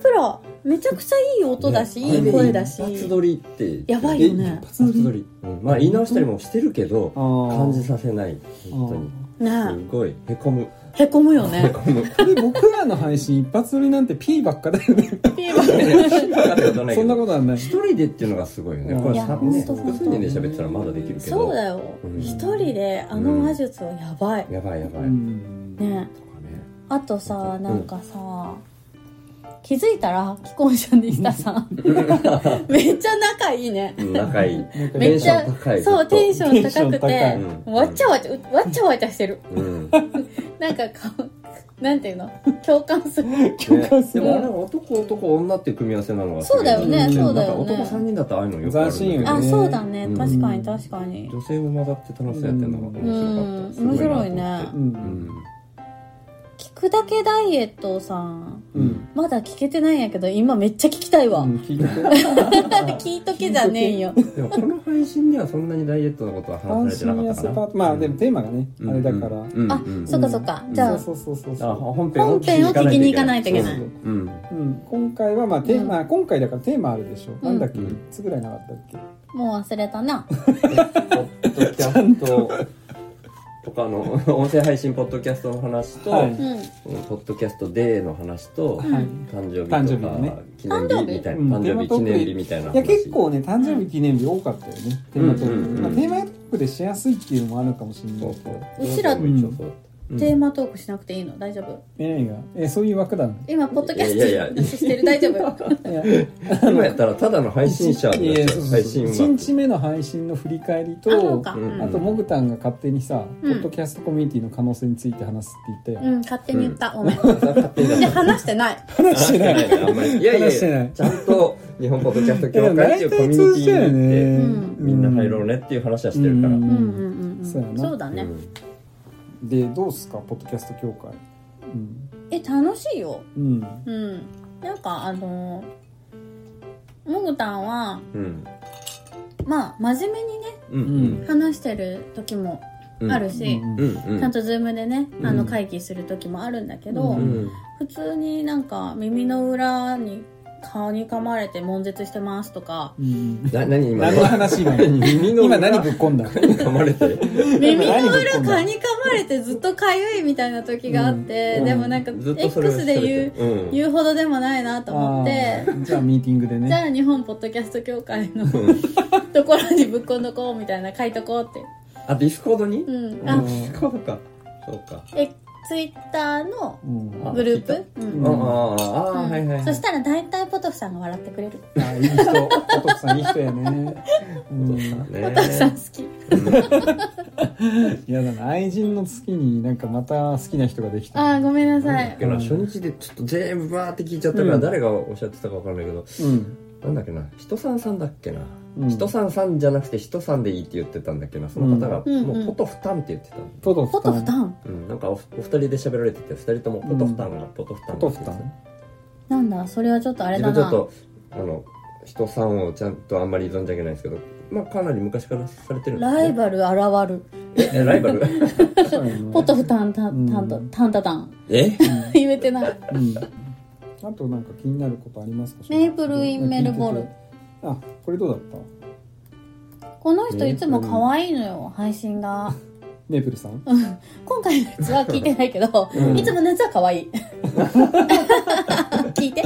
Speaker 1: プロめちゃくちゃいい音だし、
Speaker 3: ね
Speaker 1: いい声だし
Speaker 3: 一発撮りって
Speaker 1: やばい
Speaker 2: え
Speaker 1: よね
Speaker 2: 一発撮り
Speaker 3: うんまあ言い直したりもしてるけど
Speaker 2: あー
Speaker 3: 感じさせない本
Speaker 2: あ
Speaker 1: ね
Speaker 3: 当にすごいへこむ
Speaker 1: えへこむよね
Speaker 3: へ こ む
Speaker 2: ーで僕らの配信一発撮りなんて P ばっかだよね
Speaker 1: ピーマン
Speaker 2: そんなことはない
Speaker 3: 一人でっていうのがすごいよね。こ
Speaker 2: い
Speaker 3: れ
Speaker 1: や
Speaker 3: さ
Speaker 1: ほんと
Speaker 3: ね、
Speaker 1: ほんと
Speaker 3: 複数人で喋ったらまだできるけど。
Speaker 1: そうだよ、
Speaker 3: うん
Speaker 1: 一人であの話術はやばい、
Speaker 3: やばいやばい。
Speaker 2: う
Speaker 1: ね
Speaker 2: ん
Speaker 3: とかね。
Speaker 1: あとさ
Speaker 3: うん
Speaker 1: なんかさ、気づいたら既婚者でしたさんめっちゃ仲いいね
Speaker 3: うん仲いい。
Speaker 1: めっちゃ
Speaker 3: テンション高い
Speaker 1: そうテンション
Speaker 2: テンショ
Speaker 1: 高
Speaker 2: ン
Speaker 1: くて
Speaker 2: 高い
Speaker 3: うん
Speaker 1: わっちゃわちゃわっちゃわちゃしてる
Speaker 3: うん。
Speaker 1: なんかかなんていうの共感する
Speaker 2: 共感す
Speaker 3: で
Speaker 2: る
Speaker 3: もあれは男男女っていう組み合わせなのがすごい。
Speaker 1: そうだよね
Speaker 3: ん
Speaker 1: そうだよね
Speaker 3: なんか男三人だったらああいうのよくあるんだけど。
Speaker 2: 斬新よね
Speaker 1: あそうだね
Speaker 3: うん
Speaker 1: 確かに確かに
Speaker 3: 女性も混ざって楽しそうやってるのが面白かった。
Speaker 1: うん
Speaker 3: すごなと思って
Speaker 1: 面白いね
Speaker 2: うん
Speaker 1: 聞くだけダイエットさん
Speaker 3: うん。うん。
Speaker 1: まだ聞けてないんやけど今めっちゃ聞きたいわ、
Speaker 2: うん聞いて
Speaker 1: 聞いとけじゃねえよ
Speaker 3: でもこの配信ではそんなにダイエットのことは
Speaker 2: 安
Speaker 3: 話さ
Speaker 2: 心
Speaker 3: れてな
Speaker 2: やせ
Speaker 3: かったか
Speaker 2: パ
Speaker 3: な
Speaker 2: ー。トまあでもテーマがね
Speaker 3: うん
Speaker 2: あれだから
Speaker 3: うん
Speaker 1: あ
Speaker 3: うん
Speaker 1: そっかそっか
Speaker 3: うん
Speaker 1: じゃあ
Speaker 2: そうそうそうそう
Speaker 3: あ本編を
Speaker 1: 本編を聞きに行かないといけない
Speaker 2: そう
Speaker 3: うん。
Speaker 2: そううん今回はまあテーマ、今回だからテーマあるでしょ、
Speaker 1: ん
Speaker 2: なんだっけ
Speaker 3: うん
Speaker 2: 3つぐらいなかったっけ
Speaker 1: もう忘れたな
Speaker 3: ポッドキャストとかの音声配信ポッドキャストの話と、
Speaker 2: は
Speaker 1: う
Speaker 2: い
Speaker 1: ん
Speaker 3: ポッドキャストデーの話と、
Speaker 2: はい
Speaker 3: 誕生日と
Speaker 2: 誕生日
Speaker 3: か、
Speaker 2: のね
Speaker 3: 記念日みたいな
Speaker 2: うん
Speaker 3: 誕生日記
Speaker 2: テー
Speaker 3: 念
Speaker 2: マトー
Speaker 3: 日
Speaker 2: ク
Speaker 3: みたいない話
Speaker 2: や結構ね誕生日記念日多かったよね、テーマトーク、
Speaker 3: うんうんうん
Speaker 2: まあ、テーマトークでしやすいっていうのもあるかもしれな
Speaker 3: そう
Speaker 2: い
Speaker 3: そう
Speaker 1: うちら
Speaker 3: も一応そう
Speaker 1: テーマトークしなくていいの大丈夫
Speaker 2: 何がえそういう枠だの
Speaker 1: 今ポッドキャス
Speaker 3: い
Speaker 1: ト
Speaker 3: や
Speaker 1: の
Speaker 3: いやいや
Speaker 1: 話してる大丈夫
Speaker 2: いや
Speaker 3: 今やったらただの 配信者に
Speaker 2: い
Speaker 3: なっ
Speaker 2: や
Speaker 3: ち
Speaker 2: そ
Speaker 3: ゃ
Speaker 2: う
Speaker 3: う
Speaker 2: そう
Speaker 3: 配
Speaker 2: そ
Speaker 3: 信
Speaker 2: う
Speaker 3: 枠
Speaker 2: 1日目の配信の振り返り
Speaker 1: あそう
Speaker 2: と
Speaker 1: か、
Speaker 3: うん
Speaker 2: あとモグタンが勝手にさ、
Speaker 1: うん
Speaker 2: ポッドキャストコミュニティの可能性について話すって言った
Speaker 1: う
Speaker 2: よ、
Speaker 1: ん勝手に言った、ご めんで話してない
Speaker 2: 話してない
Speaker 3: あんまりいやいや
Speaker 2: 話してない
Speaker 3: ちゃんと日本ポッドキャスト
Speaker 2: いや
Speaker 3: 協会って
Speaker 2: 大
Speaker 3: いうコ
Speaker 2: 体
Speaker 3: ミ
Speaker 2: 通
Speaker 3: ュニ
Speaker 2: じ
Speaker 3: テ
Speaker 2: たよ
Speaker 3: ィに行
Speaker 2: ね
Speaker 3: って、
Speaker 1: うん
Speaker 3: みんな入ろうねっていう話はしてるから、
Speaker 2: う
Speaker 1: うんんうんうん
Speaker 2: そうやな
Speaker 1: そうだね、
Speaker 3: うん
Speaker 2: でどうすかポッドキャスト協会うん、
Speaker 1: え楽しいよ
Speaker 2: うん、
Speaker 1: うんなんかあのーもぐたんは
Speaker 3: うん
Speaker 1: まあ真面目にね
Speaker 3: うん
Speaker 1: 話してる時も
Speaker 3: うん
Speaker 1: あるし、
Speaker 2: うん
Speaker 3: うんうん
Speaker 1: ちゃんとズームでね、
Speaker 3: うん
Speaker 1: あの会議する時もあるんだけど、
Speaker 2: う
Speaker 3: うん
Speaker 1: 普通になんか耳の裏に顔に噛まれて悶絶してますとか
Speaker 2: うん、
Speaker 3: な何今
Speaker 2: 何の話今
Speaker 3: 耳の
Speaker 2: 今
Speaker 3: 裏
Speaker 2: 何ぶっ込んだ
Speaker 3: 噛まれて
Speaker 1: 耳の
Speaker 2: 何ぶっ
Speaker 1: 裏
Speaker 2: 込ん
Speaker 1: 蚊
Speaker 2: だ
Speaker 1: に噛まれてずっと痒いみたいな時があって、
Speaker 2: うん
Speaker 1: でもなんか
Speaker 3: ずっとそれを
Speaker 1: X で言う
Speaker 3: う、ん、
Speaker 1: 言うほどでもないなと思って
Speaker 2: あ。ーじゃあミーティングで
Speaker 1: じゃ
Speaker 2: ね
Speaker 1: あ日本ポッドキャスト協会の ところにぶっこんどこうみたいな書いとこうって。
Speaker 3: あディスコードに、
Speaker 1: うん。
Speaker 3: あ
Speaker 1: あ
Speaker 3: デ、ィスコードかそうか
Speaker 1: え、ツイッターの
Speaker 2: うん、あ
Speaker 1: グループうん
Speaker 3: ああああ、はいはい、はい、
Speaker 1: そしたら大体ポトフさんが笑ってくれる。
Speaker 2: ーいい人お父さんいい人やねうん
Speaker 1: ポトフさん好き。
Speaker 2: 嫌だな愛人の好きになんかまた好きな人ができ た
Speaker 1: あー、ごめんなさい。
Speaker 3: けな初日でちょっと全部バーって聞いちゃったから、誰がおっしゃってたかわかんないけど
Speaker 2: うん
Speaker 3: なんだっけな人さんさんだっけ
Speaker 2: う
Speaker 3: な、
Speaker 2: ん
Speaker 3: 人さんさんじゃなくて人さんでいいって言ってたんだっけなその方が、
Speaker 1: うん
Speaker 3: もうポトフタンって言ってたの
Speaker 2: ポトフ
Speaker 1: ポト
Speaker 2: タ
Speaker 1: フ
Speaker 2: ン
Speaker 1: タン
Speaker 3: うん、なんかおお二人で喋られてて二人ともポトフタンがポトフタン
Speaker 2: ポト
Speaker 3: って言っ
Speaker 2: フ
Speaker 3: て
Speaker 2: タ
Speaker 3: た
Speaker 2: ン
Speaker 1: なんだそれはちょっとあれだ
Speaker 3: 自分ちょっ
Speaker 1: な
Speaker 3: とあの人さんをちゃんとあんまり存じ上げないんですけどまあ、かなり昔からされてるんですね
Speaker 4: ライバル現る。
Speaker 3: えライバル
Speaker 2: そうやね
Speaker 1: ポトフタンタンタン
Speaker 2: う
Speaker 1: タ
Speaker 2: ん
Speaker 1: タンタタン
Speaker 3: え
Speaker 1: 言えてない
Speaker 2: うんあとなんか気になることありますか
Speaker 1: メープルインメルボルン
Speaker 2: あこれどうだった
Speaker 1: この人いつも可愛いのよ配信が
Speaker 2: メープルさん
Speaker 1: 今回のやつは聞いてないけど、
Speaker 2: うん
Speaker 1: いつものやつは可愛 い聞いて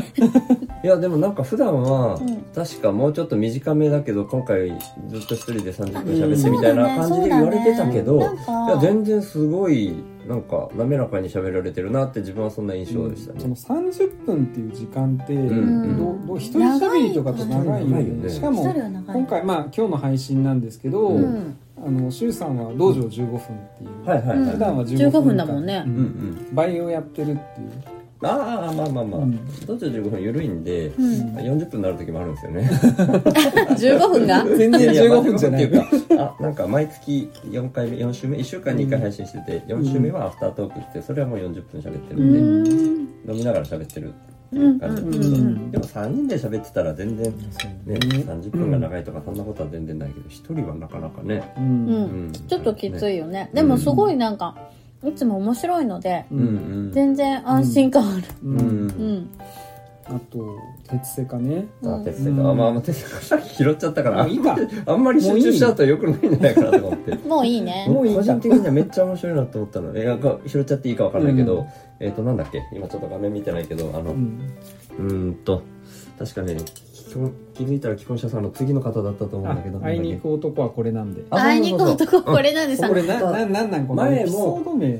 Speaker 3: いやでもなんか普段は
Speaker 1: うん
Speaker 3: 確かもうちょっと短めだけど今回ずっと一人で30分
Speaker 2: うん
Speaker 3: 喋ってみたいな感じで言われてたけど、
Speaker 1: そうだねそうだね
Speaker 3: い
Speaker 1: なん
Speaker 3: や
Speaker 1: か
Speaker 3: 全然すごいなんか滑らかに喋られてるなって自分はそんな印象でした
Speaker 2: そ
Speaker 3: ね
Speaker 2: の、30分っていう時間って、
Speaker 3: ん
Speaker 2: どうどう一人喋りとかと長いよ
Speaker 3: 長い
Speaker 2: ね
Speaker 3: よね
Speaker 2: しか
Speaker 1: 一
Speaker 2: も
Speaker 1: 人は長い
Speaker 2: 今回まあ今日の配信なんですけど、
Speaker 3: う
Speaker 1: うん
Speaker 2: あの周さんは道場15分っていう、
Speaker 3: はいはいはい、
Speaker 2: 普
Speaker 3: うん
Speaker 2: 段は
Speaker 1: 15
Speaker 2: 15
Speaker 1: 分
Speaker 2: 分
Speaker 1: だもんね
Speaker 2: う
Speaker 3: うんうん、
Speaker 2: 倍をやってるっていう
Speaker 3: ああまあまあまあ、
Speaker 2: うん
Speaker 3: どっちも15分緩いんで、
Speaker 1: うん、
Speaker 3: 40分になる時もあるんですよね
Speaker 1: 15分 が
Speaker 2: 全然15分じゃない
Speaker 3: やまあ15分っていう かあなんか毎月4回目4週目1週間に1回配信してて、4週目はアフタートークってそれはもう40分喋ってる
Speaker 1: うん
Speaker 3: で、
Speaker 1: ん
Speaker 3: 飲みながら喋ってる
Speaker 1: うん
Speaker 3: 感じだ
Speaker 1: う
Speaker 3: け
Speaker 1: ん
Speaker 3: ど、
Speaker 1: うん
Speaker 3: でも3人で喋ってたら全然、ね
Speaker 2: うん
Speaker 3: 30分が長いとかそんなことは全然ないけど1人はなかなかね、
Speaker 2: う
Speaker 1: うん
Speaker 2: ん
Speaker 3: うん
Speaker 1: ちょっときついよね
Speaker 3: ん
Speaker 1: でもすごいなんかいつも面白いので
Speaker 2: う
Speaker 3: うんうんん
Speaker 1: 全然安心感ある
Speaker 2: う
Speaker 3: うんん
Speaker 1: うん、
Speaker 2: あと鉄製かね
Speaker 3: あ
Speaker 1: うん
Speaker 3: 哲也かあまあまあ哲也がさっき拾っちゃったから
Speaker 2: もういいか
Speaker 3: あんまり集中しちゃうとよくないんじゃないかなと思って
Speaker 1: もういいね
Speaker 2: もういいか
Speaker 3: 個人的にはめっちゃ面白いなと思ったの映画が拾っちゃっていいかわかんないけど、
Speaker 2: うん
Speaker 3: えっ、となんだっけ今ちょっと画面見てないけどあの
Speaker 2: う
Speaker 3: うんーんと確かね既婚気づいたら既婚者さんの次の方だったと思うんだけど
Speaker 2: あ会いに行く男はこれなんで
Speaker 3: あ
Speaker 1: あいに行く男これなんでさ
Speaker 2: これなななんなんこの
Speaker 3: 前も
Speaker 2: エピソード名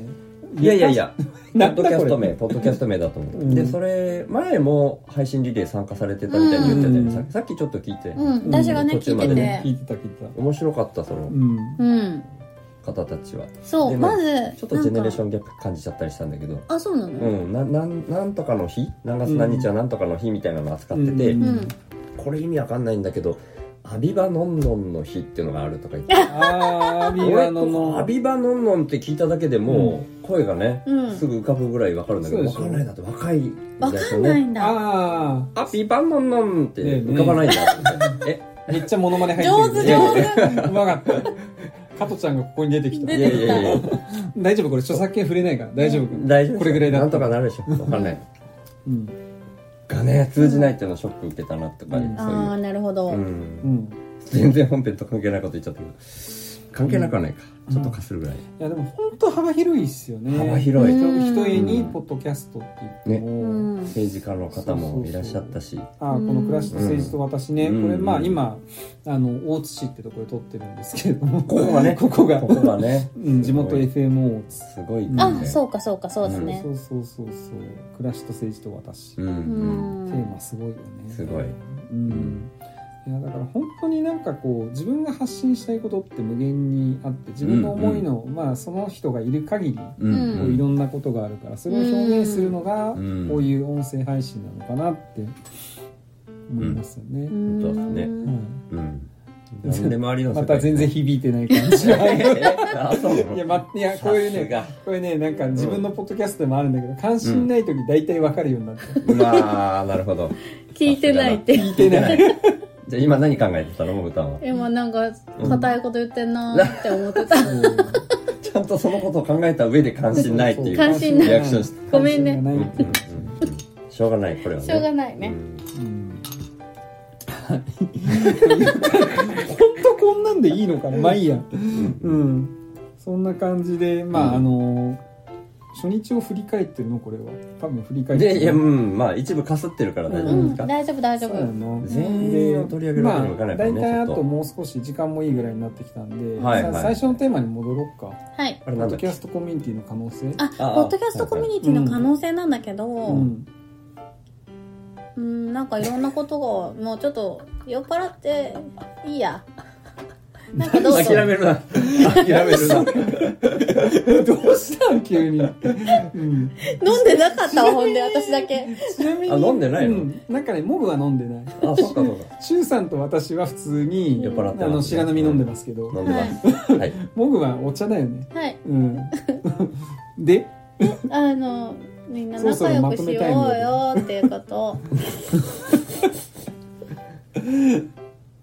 Speaker 3: いやいやいや、ポ
Speaker 2: な
Speaker 3: ッ
Speaker 2: ん
Speaker 3: ドキ
Speaker 2: だこ
Speaker 3: ャス
Speaker 2: れ
Speaker 3: ト名、ポッドキャスト名だと思
Speaker 2: う
Speaker 3: う。
Speaker 2: ん
Speaker 3: で、それ、前も配信リレー参加されてたみたいに言ってたよね。
Speaker 2: うん
Speaker 3: ささっきちょっと聞いて、
Speaker 1: うん私がね
Speaker 3: 途
Speaker 1: 聞
Speaker 3: 中
Speaker 1: い
Speaker 3: ま
Speaker 1: て
Speaker 3: で
Speaker 1: て
Speaker 3: ね
Speaker 2: 聞いてた聞いてた
Speaker 3: 面白かった、その
Speaker 2: うん
Speaker 1: うん
Speaker 3: 方たちは。
Speaker 1: そう
Speaker 3: でも
Speaker 1: まず
Speaker 3: ちょっとジェネレーシ
Speaker 1: ョン
Speaker 3: ョンギャップ感じちゃったりしたんだけど、
Speaker 1: あそうなの、
Speaker 3: うん、な、なん、なんとかの日何月何日はなんとかの日みたいなの扱ってて
Speaker 2: うん、
Speaker 1: うん
Speaker 3: これ意味わかんないんだけど、アビバノンノンの日っていうのがあるとか言って。
Speaker 2: あーアビ
Speaker 3: 俺
Speaker 2: ワノの
Speaker 3: アビバノンノンって聞いただけでもう声がね、
Speaker 1: うん
Speaker 3: すぐ浮かぶぐらいわかるんだけど
Speaker 2: そうでしょ
Speaker 3: わかんないだって若いんだ
Speaker 1: わ
Speaker 3: よね
Speaker 1: かんないんだ
Speaker 2: あ
Speaker 3: アビバノンノンって浮かばないんだって、
Speaker 2: あめっちゃモノマネ入
Speaker 1: 上
Speaker 2: っ
Speaker 1: 手
Speaker 2: てる
Speaker 1: 上手
Speaker 2: うまかった加トちゃんがここに出てきた
Speaker 1: 出
Speaker 3: えいやいやいや
Speaker 2: 大丈夫これ著作権触れないから大丈夫
Speaker 3: 大丈夫
Speaker 2: これぐらいだ
Speaker 3: な
Speaker 2: っ
Speaker 3: ん
Speaker 2: た
Speaker 3: と
Speaker 2: ら
Speaker 3: かなるでしょわかんない
Speaker 2: うん
Speaker 3: がね通じないっていうのはショック受けたなとか、
Speaker 2: うん
Speaker 3: そうい
Speaker 1: ああ
Speaker 3: う
Speaker 1: なるほど、
Speaker 3: うん
Speaker 2: うん
Speaker 3: 全然本編と関係ないこと言っちゃったけど関係なくはないか、ちょっとかするぐらい、
Speaker 2: いやでも本当幅広いっすよね
Speaker 3: 幅広い
Speaker 2: ひと
Speaker 1: うん
Speaker 2: ひとえにポッドキャストって言っても、
Speaker 1: うん
Speaker 3: 政治家の方もいらっしゃったし
Speaker 2: ああこの「暮らしと政治と私ね」
Speaker 3: うん
Speaker 2: これまあ
Speaker 3: うん
Speaker 2: 今あの大津市ってとこで撮ってるんですけれども
Speaker 3: こ こがね
Speaker 2: ここが
Speaker 3: ここがね
Speaker 2: うん地元 FM 大津
Speaker 3: すごいね
Speaker 1: あそうかそうかそうですね
Speaker 2: そうそうそうそう「暮らしと政治と私」
Speaker 3: うん、う
Speaker 1: うんん
Speaker 2: テーマすごいよね
Speaker 3: すごい
Speaker 2: うんいやだから本当になんかこう自分が発信したいことって無限にあって自分の思いの、まあ、その人がいる限りこ
Speaker 3: うん
Speaker 1: う
Speaker 2: ういろんなことがあるからそれを表現するのが
Speaker 3: うん
Speaker 2: こういう音声配信なのかなって思いますよね。
Speaker 1: うん
Speaker 3: 本当ですねうん。なんで周り
Speaker 2: は
Speaker 3: の
Speaker 2: いまた全然響いてない感じい
Speaker 3: あ、そうなの
Speaker 2: や,、ま、 いやこういう
Speaker 3: さす
Speaker 2: ね
Speaker 3: が
Speaker 2: これねなんか自分のポッドキャストでもあるんだけど関心ない時大体わかるようになって、
Speaker 3: うわー、なるほど。
Speaker 1: 聞いてないって
Speaker 2: 聞いてない
Speaker 3: じゃあ今何考えてたのもぐたんは。
Speaker 1: 今なんか硬いこと言ってんなーって思ってた
Speaker 3: ちゃんとそのことを考えた上で 関心ないっていう。
Speaker 1: 関心ない
Speaker 3: リアクションして
Speaker 1: ごめんね
Speaker 2: 関心が
Speaker 3: うん
Speaker 2: な
Speaker 3: う
Speaker 2: い
Speaker 3: んうんしょうがない、これはね。
Speaker 1: しょうがないね
Speaker 3: うん。
Speaker 2: うん本当こんなんでいいのかなまあいいやうんそんな感じでまあ、あの初日を振り返ってるのこれは多分振り返ってる
Speaker 3: で、いや、うん、まあ一部かすってるから大丈
Speaker 1: う
Speaker 3: 夫で
Speaker 1: ん
Speaker 3: すか。
Speaker 1: 大丈夫大丈
Speaker 2: そう
Speaker 1: 夫
Speaker 2: やな
Speaker 3: 全員を取り上げるわけにはいかないか
Speaker 2: まあ、
Speaker 3: らね
Speaker 2: 大体あ
Speaker 3: ちょっ
Speaker 2: と
Speaker 3: と
Speaker 2: もう少し時間もいいぐらいになってきたんで、
Speaker 3: はいはい
Speaker 2: さ最初のテーマに戻ろうか
Speaker 1: はい
Speaker 3: あれ
Speaker 2: ポ
Speaker 3: な
Speaker 2: ッ
Speaker 3: んだ
Speaker 2: ド
Speaker 3: っ
Speaker 2: キ
Speaker 3: け
Speaker 2: ャストコミュニティの可能性
Speaker 1: あポ
Speaker 3: あ
Speaker 1: ッドキャストコミュニティの可能性なんだけど、
Speaker 2: う
Speaker 1: うん
Speaker 2: ん
Speaker 1: なんかいろんなことがもうちょっと酔っ払っていいやなんかどうぞ
Speaker 3: 諦めるな。諦めるな。
Speaker 2: どうしたん急に、うん、
Speaker 1: 飲んでなかったわほんで私だけ
Speaker 2: ちなみに
Speaker 3: あ飲んでないの
Speaker 2: うん、なんかねモブは飲んでない
Speaker 3: あ、そっかそっか。
Speaker 2: シュウさんと私は普通に
Speaker 3: 酔っ払ってますね
Speaker 2: あの白波飲んでますけど
Speaker 3: 飲んでます。はい。
Speaker 2: モグはお茶だよね
Speaker 1: はい
Speaker 2: うんで
Speaker 1: あのみんな仲良くしようよっていうこと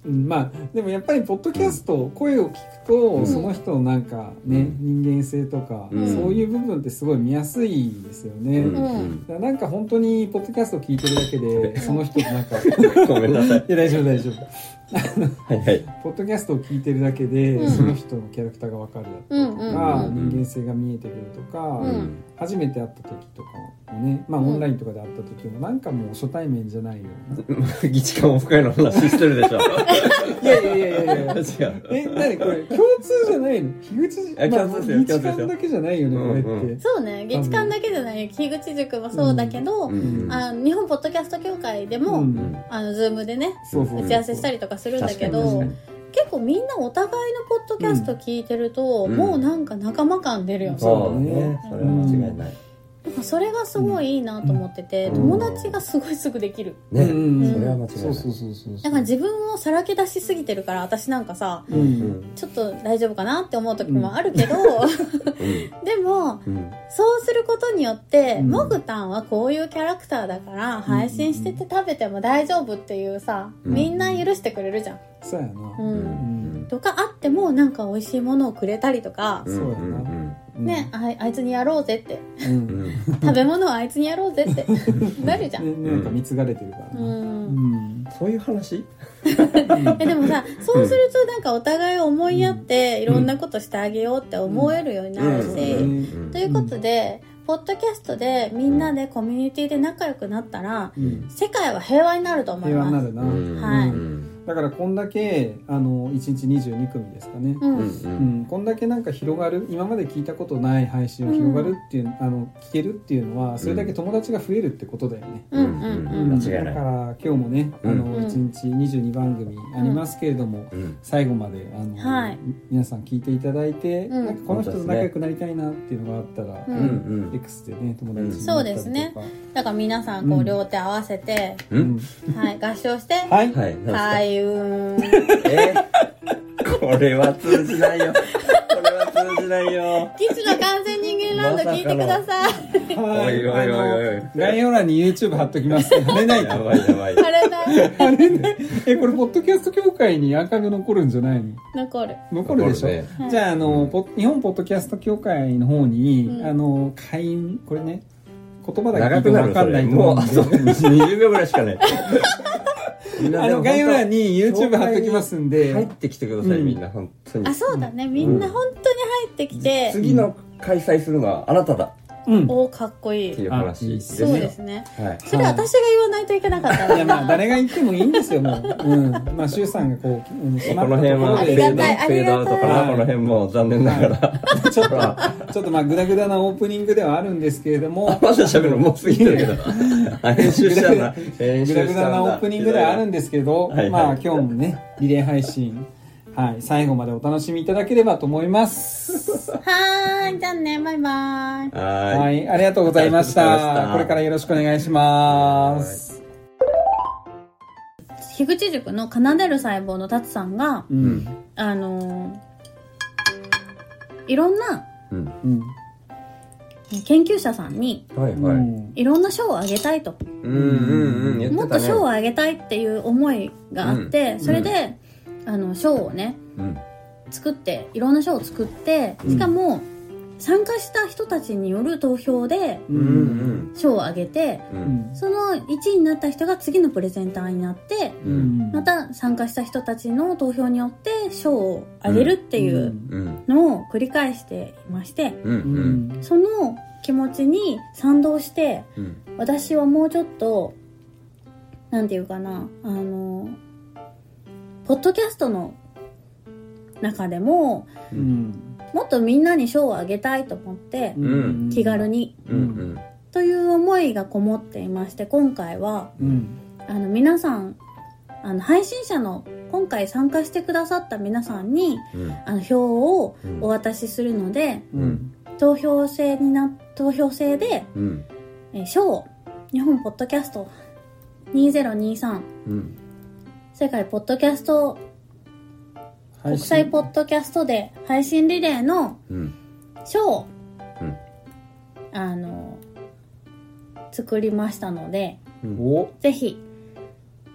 Speaker 2: うん、まあでもやっぱりポッドキャスト、声を聞くと、
Speaker 3: ん
Speaker 2: その人のなんかね、人間性とか、
Speaker 3: うん
Speaker 2: そういう部分ってすごい見やすいですよね、
Speaker 3: うん
Speaker 2: だか
Speaker 3: うん
Speaker 2: らなんか本当にポッドキャストを聞いてるだけでその人なんか い
Speaker 3: ごめんなさい。
Speaker 2: や大丈夫大丈夫
Speaker 3: はいはい。
Speaker 2: ポッドキャストを聞いてるだけで、
Speaker 1: うん
Speaker 2: その人のキャラクターが分かるだったりとか、
Speaker 3: うんうんうん
Speaker 2: 人間性が見えてくるとか、
Speaker 1: うん
Speaker 2: 初めて会った時とかもねまあ
Speaker 1: うん
Speaker 2: オンラインとかで会った時もなんかもう初対面じゃないような、
Speaker 3: 議事官オフ会の話してるでしょ。
Speaker 2: いやいやいやいやいや
Speaker 3: 違う。
Speaker 2: え、なにこれ共通じゃないの樋口
Speaker 3: え
Speaker 2: まあ、
Speaker 3: 共通ですよ
Speaker 2: 日韓だけじゃないよね、
Speaker 3: 共通ですよ
Speaker 2: こ
Speaker 3: うん
Speaker 2: れ
Speaker 3: う
Speaker 2: って。
Speaker 1: そうね月間だけじゃないよ樋口塾もそうだけど、
Speaker 3: うん
Speaker 1: あの日本ポッドキャスト協会でも、
Speaker 2: うん
Speaker 1: あのズームでね
Speaker 2: そうそう
Speaker 1: 打ち合わせしたりとかするんだけど、
Speaker 2: 確かに
Speaker 1: 結構みんなお互いのポッドキャスト聞いてると、
Speaker 3: うん
Speaker 1: もうなんか仲間感出るよね、
Speaker 3: そうう
Speaker 2: ね
Speaker 3: ね。それは間違いない。
Speaker 1: なんかそれがすごいいいなと思ってて、
Speaker 3: うん
Speaker 1: 友達がすごいすぐできる
Speaker 2: う
Speaker 3: ね、
Speaker 2: んうん
Speaker 3: それは間違いない。
Speaker 2: そうそうそうそう。
Speaker 1: だから自分をさらけ出しすぎてるから私なんかさ
Speaker 2: う。
Speaker 3: うんん
Speaker 1: ちょっと大丈夫かなって思う時もあるけど、でも
Speaker 3: うん
Speaker 1: そうすることによって、
Speaker 2: うん
Speaker 1: モグタンはこういうキャラクターだから配信してて食べても大丈夫っていうさ、
Speaker 3: うん
Speaker 1: みんな許してくれるじゃん。
Speaker 2: そうやな。
Speaker 1: うん
Speaker 2: うん
Speaker 1: とかあってもなんか美味しいものをくれたりとか、
Speaker 2: そうやな
Speaker 1: ね。あいあいつにやろうぜって
Speaker 2: う。
Speaker 3: うんん
Speaker 1: 食べ物はあいつにやろうぜって なるじゃん。
Speaker 2: ねなんか貢がれてるから
Speaker 1: う
Speaker 2: な。うんん。
Speaker 3: そういう話
Speaker 1: えでもさそうするとなんかお互い思いやっていろんなことしてあげようって思えるようになるし、
Speaker 2: うん
Speaker 1: ということで、ポッドキャストでみんなでコミュニティで仲良くなったら
Speaker 2: うん
Speaker 1: 世界は平和になると思い
Speaker 2: 平和にな
Speaker 1: ます。
Speaker 2: るな。
Speaker 1: はい
Speaker 3: うん
Speaker 2: だからこんだけ、あの、1日22組ですかね。
Speaker 1: う
Speaker 3: うんんう
Speaker 2: うんん、こんだけなんか広がる今まで聞いたことない配信を広がるっていう、あの聞けるっていうのはそれだけ友達が増えるってことだよね。
Speaker 1: うんうんうん
Speaker 3: 間違いな
Speaker 2: だ
Speaker 3: い
Speaker 2: から今日もね、あの
Speaker 1: うん
Speaker 2: 1日22番組ありますけれども、
Speaker 3: うん
Speaker 2: 最後まであの、
Speaker 1: はい
Speaker 2: 皆さん聞いていただいて、
Speaker 1: うん
Speaker 2: なんかこの人と仲良くなりたいなっていうのがあったら、
Speaker 1: う
Speaker 3: うんんうん
Speaker 2: X でね友達になったりとか
Speaker 1: そうですねだから皆さんこ
Speaker 2: う
Speaker 1: うん両手合わせて、
Speaker 3: う
Speaker 2: うんん
Speaker 1: はい、合唱して
Speaker 2: はい、
Speaker 3: はいなんすか
Speaker 1: 開運
Speaker 3: えーこれは通じないよこれは通じないよ
Speaker 1: キスの完全人間ランド聞いてください。
Speaker 2: は
Speaker 3: おいおいおいおい
Speaker 2: あの概要欄に YouTube 貼っときます貼れない
Speaker 3: や
Speaker 2: と
Speaker 3: ばいやばい
Speaker 1: あれだ、
Speaker 2: 貼れないえこれポッドキャスト協会にアーカイブ残るんじゃないの
Speaker 1: 残る。
Speaker 2: 残るでしょ、
Speaker 3: 残る
Speaker 1: ね
Speaker 2: じゃああの、
Speaker 3: うん
Speaker 2: ポ日本ポッドキャスト協会の方に、
Speaker 1: うん
Speaker 2: あの会員これね言葉だけ聞
Speaker 3: 長
Speaker 2: いて
Speaker 3: く
Speaker 2: も
Speaker 3: な
Speaker 2: 分
Speaker 3: る
Speaker 2: か
Speaker 3: そ
Speaker 2: んな
Speaker 3: れ
Speaker 2: いと思
Speaker 3: も
Speaker 2: う
Speaker 3: うあ
Speaker 2: んで
Speaker 3: と20秒ぐらいしかないみんな
Speaker 2: あ
Speaker 3: で
Speaker 2: の
Speaker 3: も
Speaker 2: 概要欄に YouTube 貼っときますんで、
Speaker 3: 入ってきてください
Speaker 2: うん
Speaker 3: みんな本当に
Speaker 1: あ、そうだね。みんな本当に入ってきて、
Speaker 3: 次の開催するのはあなただっ
Speaker 2: うん、
Speaker 1: おーかっこい
Speaker 3: て
Speaker 1: い。
Speaker 3: いう話です
Speaker 1: そうですね。
Speaker 3: はい
Speaker 1: それ私が言わないといけなかった
Speaker 2: いや
Speaker 1: な。
Speaker 2: まあ誰が言ってもいいんですよも う、うん、まあ柊さんがこう、うん、
Speaker 3: こ
Speaker 2: 閉ま
Speaker 3: の
Speaker 2: ったと
Speaker 3: 辺
Speaker 2: こ
Speaker 3: は
Speaker 2: ろ
Speaker 1: あ
Speaker 3: フ
Speaker 1: りが
Speaker 3: ェード
Speaker 1: たいあ
Speaker 3: フェ
Speaker 1: り
Speaker 3: ードア
Speaker 1: が
Speaker 3: ウ
Speaker 1: たい
Speaker 3: トかなこの辺も残念なが ら
Speaker 2: ちょっとちょっとまあグダグダなオープニングではあるんですけれども
Speaker 3: まだ喋るのもう過ぎてるけ どあ編集したんだ編
Speaker 2: グ
Speaker 3: 集
Speaker 2: ダ
Speaker 3: し
Speaker 2: グ
Speaker 3: た
Speaker 2: ダ
Speaker 3: んだ
Speaker 2: なオープニングではあるんですけど、
Speaker 3: はいはい
Speaker 2: まあ今日もねリレー配信はい最後までお楽しみいただければと思います
Speaker 1: はーい。じゃあね、バイバイ。
Speaker 2: は
Speaker 3: はい
Speaker 2: い、ありがとうございまし
Speaker 3: ありがとうござ
Speaker 2: た。
Speaker 3: いました
Speaker 2: これからよろしくお願いします。
Speaker 1: 樋口塾の奏でる細胞の達さんが、
Speaker 2: う
Speaker 3: うん
Speaker 2: ん、
Speaker 1: あのーいろんな
Speaker 3: うん
Speaker 2: うん、
Speaker 1: 研究者さんに
Speaker 3: はいうはい
Speaker 2: ん、
Speaker 1: いろんな賞をあげたいと、
Speaker 3: うんうんうん言ってたね
Speaker 1: もっと賞をあげたいっていう思いがあって、
Speaker 3: ん
Speaker 1: それで、あの賞をね
Speaker 3: うん
Speaker 1: 作っていろんな賞を作ってしかも、参加した人たちによる投票で
Speaker 2: う
Speaker 3: うん
Speaker 2: ん、
Speaker 3: ん
Speaker 1: 賞をあげて
Speaker 3: う
Speaker 2: うんん、
Speaker 1: その1位になった人が次のプレゼンターになって
Speaker 2: う
Speaker 3: うんん、
Speaker 1: また参加した人たちの投票によって賞をあげるっていう、
Speaker 3: うん
Speaker 1: のを繰り返していまして
Speaker 3: うんうん
Speaker 2: うん、うん、
Speaker 1: その気持ちに賛同して
Speaker 3: うん
Speaker 1: 私はもうちょっとなんていうかなあのポッドキャストの中でも
Speaker 2: うん、
Speaker 1: もっとみんなに賞をあげたいと思って
Speaker 2: うん
Speaker 1: 気軽。に
Speaker 3: うんうん
Speaker 1: という思いがこもっていまして今回は
Speaker 2: うん、
Speaker 1: あの皆さんあの配信者の今回参加してくださった皆さんに
Speaker 3: うん
Speaker 1: あの票を
Speaker 3: うん
Speaker 1: お渡しするので、
Speaker 2: うん、
Speaker 1: 投票制にな投票制で
Speaker 3: うん
Speaker 1: えー賞を日本ポッドキャスト2023
Speaker 3: うん
Speaker 1: 世界ポッドキャスト国際ポッドキャストで配信リレーの
Speaker 3: うん
Speaker 1: 賞を、
Speaker 3: うん
Speaker 1: あの作りましたので
Speaker 3: うん
Speaker 2: お、
Speaker 1: ぜひ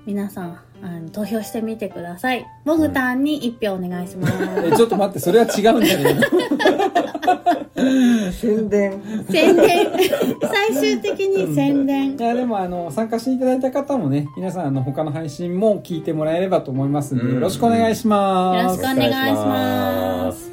Speaker 1: 皆さんあの投票してみてくださいモグタンに1票お願いします、
Speaker 2: えちょっと待ってそれは違うんだけど
Speaker 3: 宣伝。
Speaker 1: 宣伝最終的に宣伝
Speaker 2: いやでもあの参加していただいた方もね皆さんあの他の配信も聞いてもらえればと思いますんで、
Speaker 3: うん
Speaker 2: よろしくお願いしま
Speaker 1: よろ
Speaker 2: す
Speaker 1: しくお願いします